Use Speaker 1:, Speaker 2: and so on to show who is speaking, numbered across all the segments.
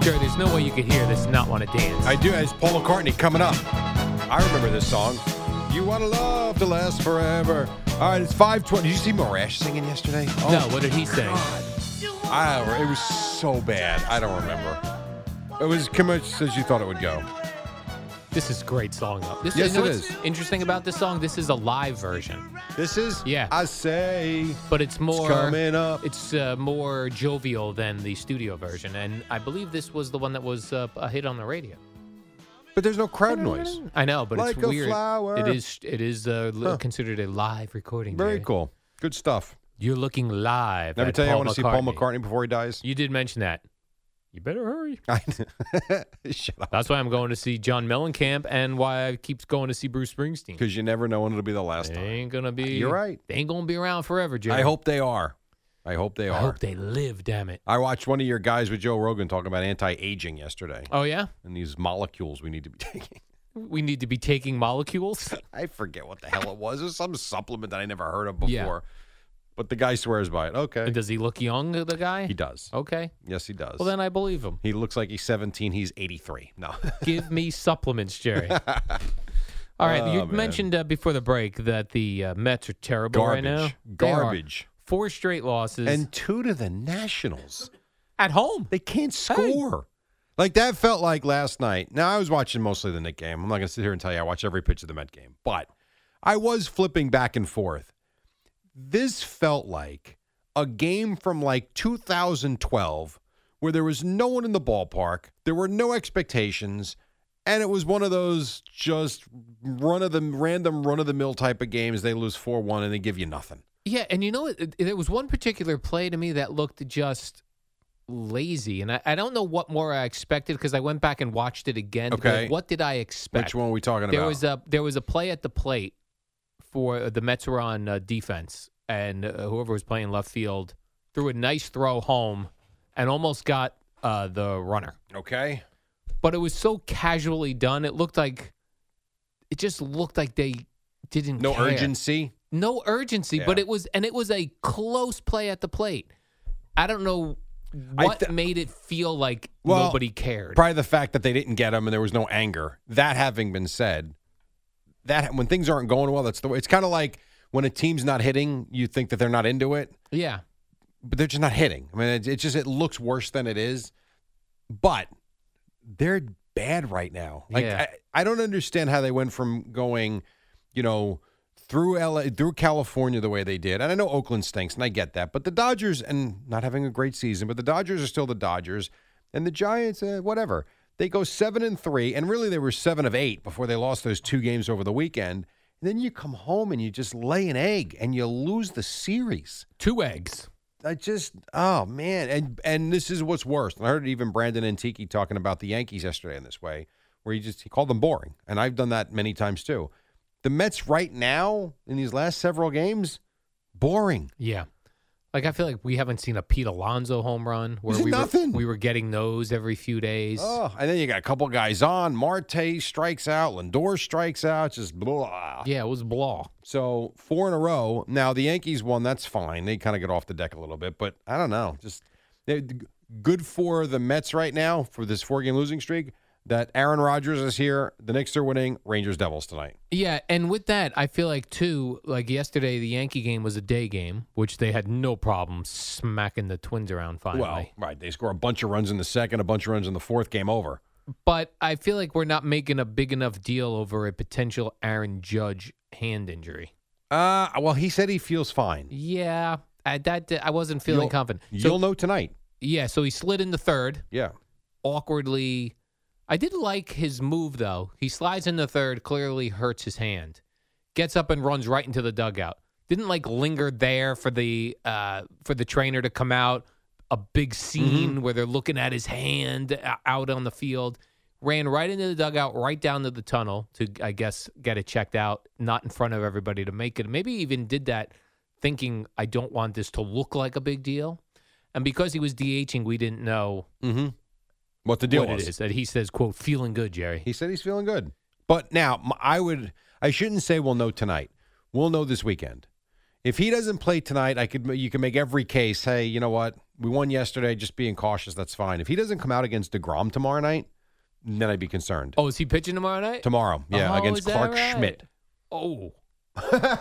Speaker 1: Jerry, there's no way you could hear this and not want to dance.
Speaker 2: I do. As Paul McCartney coming up. I remember this song. You want to love to last forever. All right, it's 520. Did you see Morash singing yesterday? Oh,
Speaker 1: no, what did he say?
Speaker 2: I don't remember. It was so bad. I don't remember. It was as much as you thought it would go.
Speaker 1: This is a great song, though. This
Speaker 2: Yes,
Speaker 1: you know
Speaker 2: it
Speaker 1: what's
Speaker 2: is.
Speaker 1: Interesting about this song, this is a live version,
Speaker 2: This is?
Speaker 1: Yeah.
Speaker 2: I say.
Speaker 1: but it's more
Speaker 2: coming up.
Speaker 1: It's uh, more jovial than the studio version, and I believe this was the one that was uh, a hit on the radio.
Speaker 2: But there's no crowd noise.
Speaker 1: I know, but
Speaker 2: Like
Speaker 1: it's
Speaker 2: a
Speaker 1: weird.
Speaker 2: flower.
Speaker 1: It is. It is uh, li-
Speaker 2: Huh.
Speaker 1: considered a live recording.
Speaker 2: Very
Speaker 1: Jerry.
Speaker 2: cool. Good stuff.
Speaker 1: You're looking live.
Speaker 2: Never
Speaker 1: at
Speaker 2: tell you I
Speaker 1: Paul
Speaker 2: want to see Paul McCartney before he dies.
Speaker 1: You did mention that. You better hurry.
Speaker 2: I- Shut up.
Speaker 1: That's why I'm going to see John Mellencamp, and why I keep going to see Bruce Springsteen.
Speaker 2: Because you never know when it'll be the last
Speaker 1: They
Speaker 2: time.
Speaker 1: ain't gonna be.
Speaker 2: You're right.
Speaker 1: They ain't gonna be around forever, Jerry.
Speaker 2: I hope they are. I hope they
Speaker 1: I
Speaker 2: are.
Speaker 1: hope they live. Damn it.
Speaker 2: I watched one of your guys with Joe Rogan talking about anti aging yesterday
Speaker 1: Oh yeah.
Speaker 2: and these molecules we need to be taking.
Speaker 1: We need to be taking molecules.
Speaker 2: I forget what the hell it was. It was some supplement that I never heard of before.
Speaker 1: Yeah.
Speaker 2: But the guy swears by it. Okay.
Speaker 1: Does he look young, the guy?
Speaker 2: He does.
Speaker 1: Okay.
Speaker 2: Yes, he does.
Speaker 1: Well, then I believe him.
Speaker 2: he looks like he's 17. He's 83. No.
Speaker 1: Give me supplements, Jerry. All right. you
Speaker 2: Oh, man.
Speaker 1: mentioned uh, before the break that the uh, Mets are terrible right
Speaker 2: Garbage.
Speaker 1: now. They are.
Speaker 2: Garbage.
Speaker 1: Four straight losses
Speaker 2: And two to the Nationals.
Speaker 1: at home.
Speaker 2: They can't score. Like that felt like last night. Now I was watching mostly the Nick game. I'm not going to sit here and tell you I watch every pitch of the Met game, but I was flipping back and forth. This felt like a game from like 2012 where there was no one in the ballpark, there were no expectations, and it was one of those just run of the random run of the mill type of games. They lose 4-1 and they give you nothing.
Speaker 1: Yeah, and you know, what? It- there was one particular play to me that looked just lazy, and I, I don't know what more I expected because I went back and watched it again. to be like,
Speaker 2: Okay.
Speaker 1: what did I expect?
Speaker 2: Which one are we talking
Speaker 1: There
Speaker 2: about?
Speaker 1: was a there was a play at the plate for the Mets were on uh, defense, and uh, whoever was playing left field threw a nice throw home, and almost got uh, the runner.
Speaker 2: okay.
Speaker 1: But it was so casually done; it looked like it just looked like they didn't
Speaker 2: No
Speaker 1: care.
Speaker 2: urgency.
Speaker 1: no urgency. But
Speaker 2: Yeah.
Speaker 1: it was and it was a close play at the plate. I don't know
Speaker 2: I
Speaker 1: what
Speaker 2: th-
Speaker 1: made it feel like
Speaker 2: Well,
Speaker 1: nobody cared.
Speaker 2: Probably the fact that they didn't get him and there was no anger. That having been said, that when things aren't going well, that's the way. It's kind of like when a team's not hitting, you think that they're not into it,
Speaker 1: yeah,
Speaker 2: but they're just not hitting. I mean, it, it just it looks worse than it is. But they're bad right now. Like
Speaker 1: Yeah.
Speaker 2: I, I don't understand how they went from going, you know, through LA, through California the way they did. And I know Oakland stinks, and I get that. But the Dodgers and not having a great season, but the Dodgers are still the Dodgers, and the Giants, uh, whatever. They go seven and three, and really they were seven of eight before they lost those two games over the weekend. And then you come home and you just lay an egg and you lose the series.
Speaker 1: two eggs.
Speaker 2: I just oh man, and and this is what's worse. And I heard even Brandon Antiki talking about the Yankees yesterday in this way, where he just he called them boring, and I've done that many times too. The Mets right now in these last several games, boring.
Speaker 1: Yeah. Like I feel like we haven't seen a Pete Alonso home run where
Speaker 2: Is it
Speaker 1: we
Speaker 2: nothing?
Speaker 1: Were, we were getting those every few days.
Speaker 2: Oh, and then you got a couple guys on. Marte strikes out, Lindor strikes out, just blah.
Speaker 1: Yeah, it was blah.
Speaker 2: So four in a row. Now the Yankees won. That's fine. They kind of get off the deck a little bit, but I don't know. Just they- good for the Mets right now for this four game losing streak. that Aaron Rodgers is here. The Knicks are winning. Rangers Devils tonight.
Speaker 1: Yeah, and with that, I feel like too, like yesterday, the Yankee game was a day game, which they had no problem smacking the Twins around finally.
Speaker 2: Well, right. They score a bunch of runs in the second, a bunch of runs in the fourth. Game over.
Speaker 1: but I feel like we're not making a big enough deal over a potential Aaron Judge hand injury.
Speaker 2: Uh, well, he said he feels fine.
Speaker 1: Yeah, I, that I wasn't feeling
Speaker 2: You'll-
Speaker 1: confident. So,
Speaker 2: You'll know tonight.
Speaker 1: yeah, so he slid in the third
Speaker 2: Yeah.
Speaker 1: awkwardly. I did like his move though. He slides in the third, clearly hurts his hand, gets up and runs right into the dugout. Didn't like linger there for the uh, for the trainer to come out. A big scene where they're looking at his hand o- out on the field. Ran right into the dugout, right down to the tunnel to, I guess, get it checked out. Not in front of everybody to make it. Maybe even did that thinking I don't want this to look like a big deal. And because he was DHing, we didn't know
Speaker 2: Mm-hmm. What the deal
Speaker 1: what
Speaker 2: was.
Speaker 1: it is that he says, "quote feeling good, Jerry."
Speaker 2: He said he's feeling good. But now m- I would I shouldn't say we'll know tonight. We'll know this weekend. If he doesn't play tonight, I could ma- you can make every case, hey, you know what? We won yesterday, just being cautious, that's fine. If he doesn't come out against DeGrom tomorrow night, then I'd be concerned.
Speaker 1: Oh, is he pitching tomorrow night?
Speaker 2: Tomorrow, yeah,
Speaker 1: Oh,
Speaker 2: against
Speaker 1: is that
Speaker 2: Clark
Speaker 1: right?
Speaker 2: Schmidt.
Speaker 1: Oh,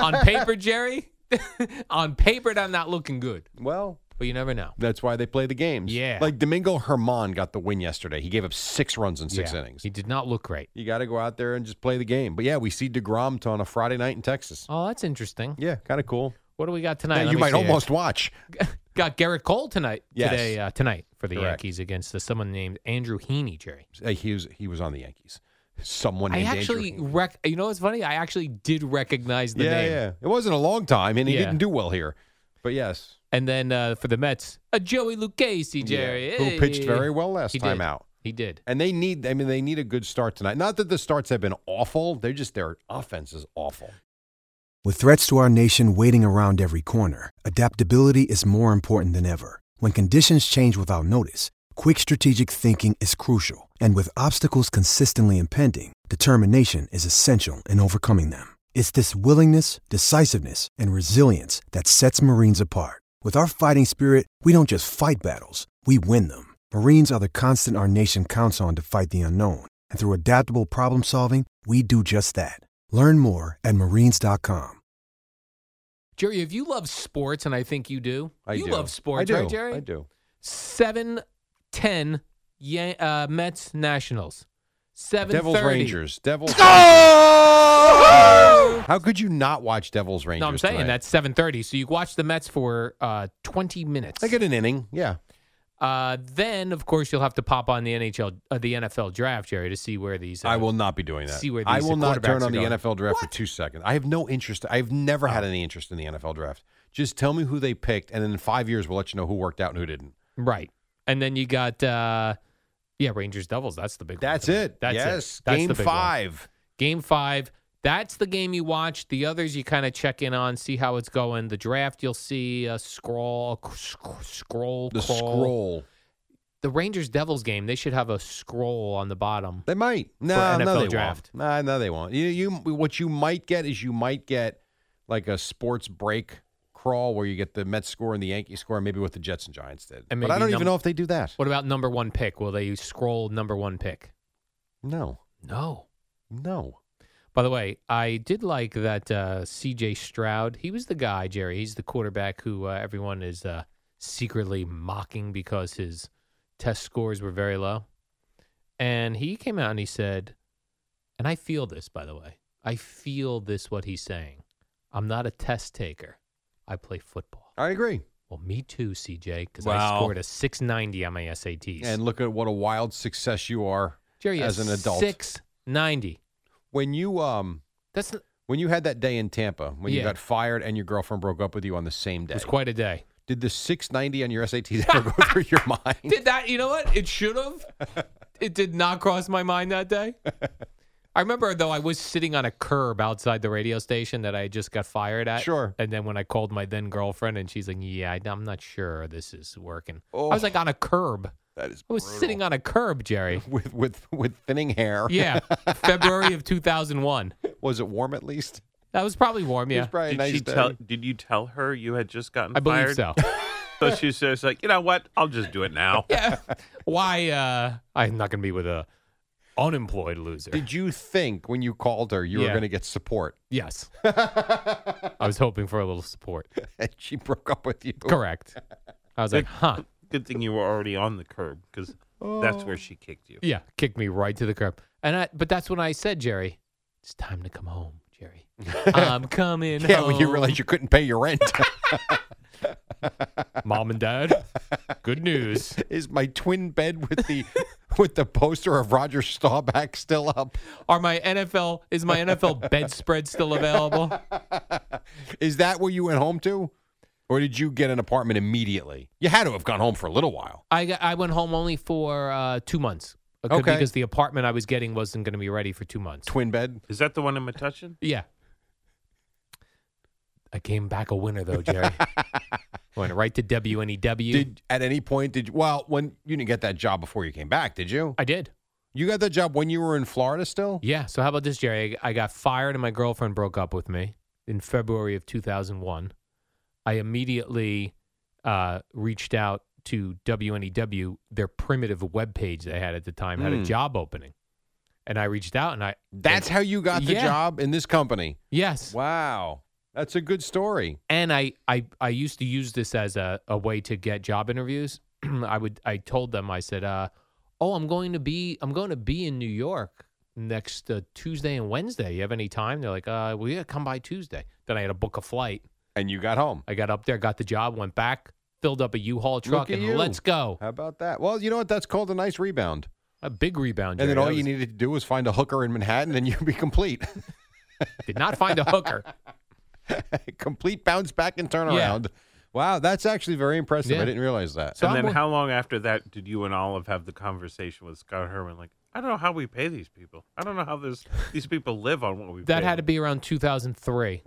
Speaker 1: on paper, Jerry. on paper, I'm not looking good,
Speaker 2: Well,
Speaker 1: but you never know.
Speaker 2: that's why they play the games.
Speaker 1: Yeah.
Speaker 2: Like Domingo Herman got the win yesterday. He gave up six runs in six
Speaker 1: Yeah,
Speaker 2: innings.
Speaker 1: He did not look great.
Speaker 2: You got to go out there and just play the game. But yeah, we see DeGrom t- on a Friday night in Texas.
Speaker 1: Oh, that's interesting.
Speaker 2: Yeah, kind of cool.
Speaker 1: What do we got tonight?
Speaker 2: Yeah,
Speaker 1: Let
Speaker 2: you
Speaker 1: me
Speaker 2: might
Speaker 1: see here.
Speaker 2: almost watch.
Speaker 1: got Garrett Cole tonight.
Speaker 2: Yes.
Speaker 1: Today, uh, tonight for the
Speaker 2: Correct.
Speaker 1: Yankees against uh, someone named Andrew Heaney, Jerry.
Speaker 2: Uh, he was he was on the Yankees. Someone
Speaker 1: I
Speaker 2: named
Speaker 1: actually
Speaker 2: Andrew.
Speaker 1: rec. You know what's funny? I actually did recognize the
Speaker 2: yeah,
Speaker 1: name.
Speaker 2: yeah. It wasn't a long time, and he
Speaker 1: Yeah.
Speaker 2: didn't do well here. But yes,
Speaker 1: And then uh, for the Mets, a Joey Lucchese, Jerry,
Speaker 2: yeah. who pitched
Speaker 1: Hey.
Speaker 2: very well last
Speaker 1: He
Speaker 2: time
Speaker 1: did.
Speaker 2: out,
Speaker 1: He did.
Speaker 2: and they need. I mean, they need a good start tonight. Not that the starts have been awful; they're just their offense is awful.
Speaker 3: With threats to our nation waiting around every corner, adaptability is more important than ever. When conditions change without notice, quick strategic thinking is crucial, and with obstacles consistently impending, determination is essential in overcoming them. It's this willingness, decisiveness, and resilience that sets Marines apart. With our fighting spirit, we don't just fight battles, we win them. Marines are the constant our nation counts on to fight the unknown, and through adaptable problem solving, we do just that. Learn more at marines.com.
Speaker 1: Jerry, if you love sports, and I think you do,
Speaker 2: I
Speaker 1: you
Speaker 2: do.
Speaker 1: love sports,
Speaker 2: I do.
Speaker 1: right, Jerry?
Speaker 2: I do.
Speaker 1: Seven ten, Yan- uh, Mets Nationals. Seven
Speaker 2: Devils Rangers. Devils. Rangers. How could you not watch Devils Rangers?
Speaker 1: No, I'm saying
Speaker 2: tonight?
Speaker 1: that's seven thirty. So you watch the Mets for uh, twenty minutes.
Speaker 2: They get an inning. Yeah.
Speaker 1: Uh, then, of course, you'll have to pop on the NHL, uh, the NFL draft, Jerry, to see where these. Uh,
Speaker 2: I will not be doing that.
Speaker 1: see where
Speaker 2: I
Speaker 1: these
Speaker 2: will not
Speaker 1: quarterbacks
Speaker 2: turn
Speaker 1: are
Speaker 2: on the
Speaker 1: going.
Speaker 2: NFL draft for two seconds. I have no interest. I've never had any interest in the NFL draft. Just tell me who they picked, and then in five years we'll let you know who worked out and who didn't.
Speaker 1: Right, and then you got uh, yeah, Rangers Devils. That's the big.
Speaker 2: That's
Speaker 1: one.
Speaker 2: it.
Speaker 1: That's
Speaker 2: yes,
Speaker 1: it. That's
Speaker 2: game
Speaker 1: the big one.
Speaker 2: five.
Speaker 1: Game five. That's the game you watch. The others you kind of check in on, see how it's going. The draft you'll see uh, scroll, sc- scroll,
Speaker 2: The
Speaker 1: crawl.
Speaker 2: scroll.
Speaker 1: The Rangers Devils game. They should have a scroll on the bottom.
Speaker 2: They might. No, no,
Speaker 1: NFL
Speaker 2: they
Speaker 1: draft.
Speaker 2: won't. No, no, they won't. You, you, what you might get is you might get like a sports break crawl where you get the Mets score and the Yankees score, maybe what the Jets and Giants did.
Speaker 1: And
Speaker 2: but I
Speaker 1: maybe
Speaker 2: don't even
Speaker 1: num-
Speaker 2: know if they do that.
Speaker 1: What about number one pick? Will they scroll number one pick?
Speaker 2: No,
Speaker 1: No.
Speaker 2: no.
Speaker 1: By the way, I did like that uh, C.J. Stroud. He was the guy, Jerry. He's the quarterback who uh, everyone is uh, secretly mocking because his test scores were very low. And he came out and he said, and I feel this, by the way. I feel this, what he's saying. I'm not a test taker. I play football.
Speaker 2: I agree.
Speaker 1: Well, me too, CJ, because I
Speaker 2: Uh, Wow.
Speaker 1: scored a 690 on my SATs.
Speaker 2: And look at what a wild success you are
Speaker 1: Jerry, a
Speaker 2: as an adult.
Speaker 1: 690.
Speaker 2: when you um
Speaker 1: That's it
Speaker 2: when you had that day in Tampa when you
Speaker 1: Yeah.
Speaker 2: got fired and your girlfriend broke up with you on the same day.
Speaker 1: was quite a day.
Speaker 2: did the 690 on your SATs ever go through your mind?
Speaker 1: Did that? You know what? It should have. It did not cross my mind that day. I remember though I was sitting on a curb outside the radio station that I just got fired at.
Speaker 2: Sure.
Speaker 1: And then when I called my then girlfriend and she's like, "Yeah, I- I'm not sure this is working."
Speaker 2: Oh.
Speaker 1: I was like on a curb.
Speaker 2: That is
Speaker 1: I was sitting on a curb, Jerry.
Speaker 2: with with with thinning hair.
Speaker 1: Yeah, February of 2001.
Speaker 2: Was it warm at least?
Speaker 1: That was probably warm.
Speaker 2: It
Speaker 1: Yeah,
Speaker 2: was probably a
Speaker 4: Did
Speaker 2: nice
Speaker 4: she
Speaker 2: day.
Speaker 4: tell? Did you tell her you had just gotten
Speaker 1: I believe
Speaker 4: fired?
Speaker 1: so.
Speaker 4: So she was just like, you know what? I'll just do it now.
Speaker 1: Why? uh I'm not going to be with a Unemployed loser.
Speaker 2: Did you think when you called her you were
Speaker 1: Yeah.
Speaker 2: going to get support?
Speaker 1: yes. I was hoping for a little support.
Speaker 2: And she broke up with you.
Speaker 1: Correct. I was like, huh.
Speaker 4: Good thing you were already on the curb because that's where she kicked you.
Speaker 1: Yeah, kicked me right to the curb. And I, but that's when I said, Jerry, it's time to come home, Jerry. I'm coming
Speaker 2: Yeah,
Speaker 1: home.
Speaker 2: when you realized you couldn't pay your rent.
Speaker 1: Mom and Dad, good news.
Speaker 2: Is my twin bed with the with the poster of Roger Staubach still up?
Speaker 1: Are my NFL is my NFL bedspread still available?
Speaker 2: Is that where you went home to? Or did you get an apartment immediately? You had to have gone home for a little while.
Speaker 1: I got- I went home only for uh, two months. It could be
Speaker 2: Okay.
Speaker 1: Because the apartment I was getting wasn't going to be ready for two months.
Speaker 2: Twin bed.
Speaker 4: Is that the one I'm touching?
Speaker 1: Yeah. I came back a winner though, Jerry. Went right to E WNEW.
Speaker 2: Did at any point did you, well when you didn't get that job before you came back, did you?
Speaker 1: I did.
Speaker 2: You got that job when you were in Florida still?
Speaker 1: Yeah. So how about this, Jerry? I I got fired and my girlfriend broke up with me in February of 2001. I immediately uh, reached out to WNEW, their primitive webpage they had at the time had a
Speaker 2: Mm.
Speaker 1: job opening. And I reached out and I
Speaker 2: That's how you got the
Speaker 1: Yeah.
Speaker 2: job in this company.
Speaker 1: yes.
Speaker 2: Wow. That's a good story.
Speaker 1: And I, I I used to use this as a, a way to get job interviews. I would I told them I said, uh, "Oh, I'm going to be I'm going to be in New York next uh, Tuesday and Wednesday. You have any time?" They're like, "Uh, well, yeah, come by Tuesday." Then I had to book a flight.
Speaker 2: And you got home.
Speaker 1: I got up there, got the job, went back, filled up a U-Haul
Speaker 2: Look
Speaker 1: truck,
Speaker 2: at
Speaker 1: and
Speaker 2: you.
Speaker 1: let's go.
Speaker 2: How about that? Well, you know what? That's called a nice rebound.
Speaker 1: A big rebound.
Speaker 2: And then
Speaker 1: Jerry.
Speaker 2: all
Speaker 1: That
Speaker 2: you
Speaker 1: was-
Speaker 2: needed to do was find a hooker in Manhattan and you'd be complete.
Speaker 1: did not find a hooker.
Speaker 2: complete bounce back and turnaround. Wow, that's actually very impressive. I
Speaker 1: Yeah.
Speaker 2: didn't realize that.
Speaker 1: So
Speaker 4: and
Speaker 1: I'm
Speaker 4: then
Speaker 1: wor-
Speaker 4: how long after that did you and Olive have the conversation with Scott Herman? Like, I don't know how we pay these people. I don't know how this these people live on what we
Speaker 1: That
Speaker 4: pay
Speaker 1: had to
Speaker 4: them."
Speaker 1: be around 2003.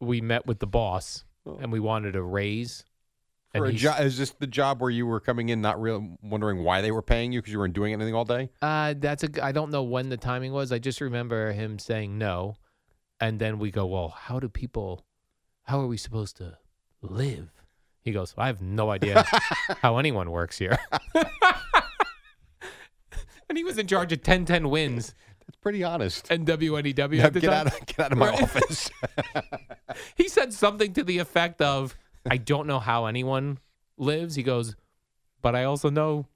Speaker 1: we met with the boss, and we wanted a raise.
Speaker 2: Oh. For a
Speaker 1: he's-
Speaker 2: jo- is this the job where you were coming in not real wondering why they were paying you because you weren't doing anything all day?
Speaker 1: Uh, that's a. g- I don't know when the timing was. I just remember him saying no, and then we go, "Well, how do people? How are we supposed to live?" He goes, "I have no idea how anyone works here." and he was in charge of 1010 wins
Speaker 2: That's pretty honest.
Speaker 1: and WNEW.
Speaker 2: Yeah,
Speaker 1: E at the
Speaker 2: get
Speaker 1: time.
Speaker 2: out of get out of my
Speaker 1: Right.
Speaker 2: office.
Speaker 1: He said something to the effect of, "I don't know how anyone lives." He goes, "But I also know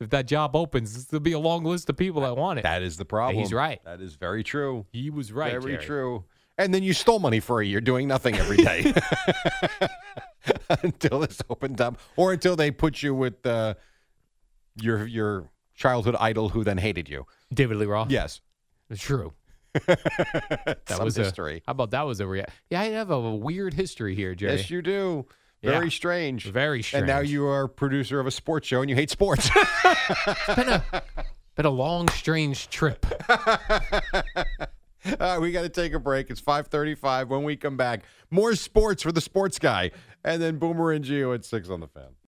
Speaker 1: if that job opens, there'll be a long list of people that want it."
Speaker 2: that is the problem.
Speaker 1: He's right.
Speaker 2: That is very true.
Speaker 1: he was right.
Speaker 2: very
Speaker 1: Jerry.
Speaker 2: true. And then you stole money for a year doing nothing every day until this opened up, or until they put you with uh, your your childhood idol who then hated you.
Speaker 1: David Lee Roth.
Speaker 2: Yes,
Speaker 1: True.
Speaker 2: that
Speaker 1: That
Speaker 2: Some
Speaker 1: was a-
Speaker 2: history.
Speaker 1: how about that was a rea- yeah? I have a, weird history here, Jerry.
Speaker 2: yes, you do.
Speaker 1: Yeah.
Speaker 2: Very strange.
Speaker 1: Very strange.
Speaker 2: And now you are producer of a sports show, and you hate sports.
Speaker 1: been a long, strange trip.
Speaker 2: All right, we got to take a break. It's 5:35 when we come back. More sports for the sports guy and then Boomer and Geo at 6 on the fan.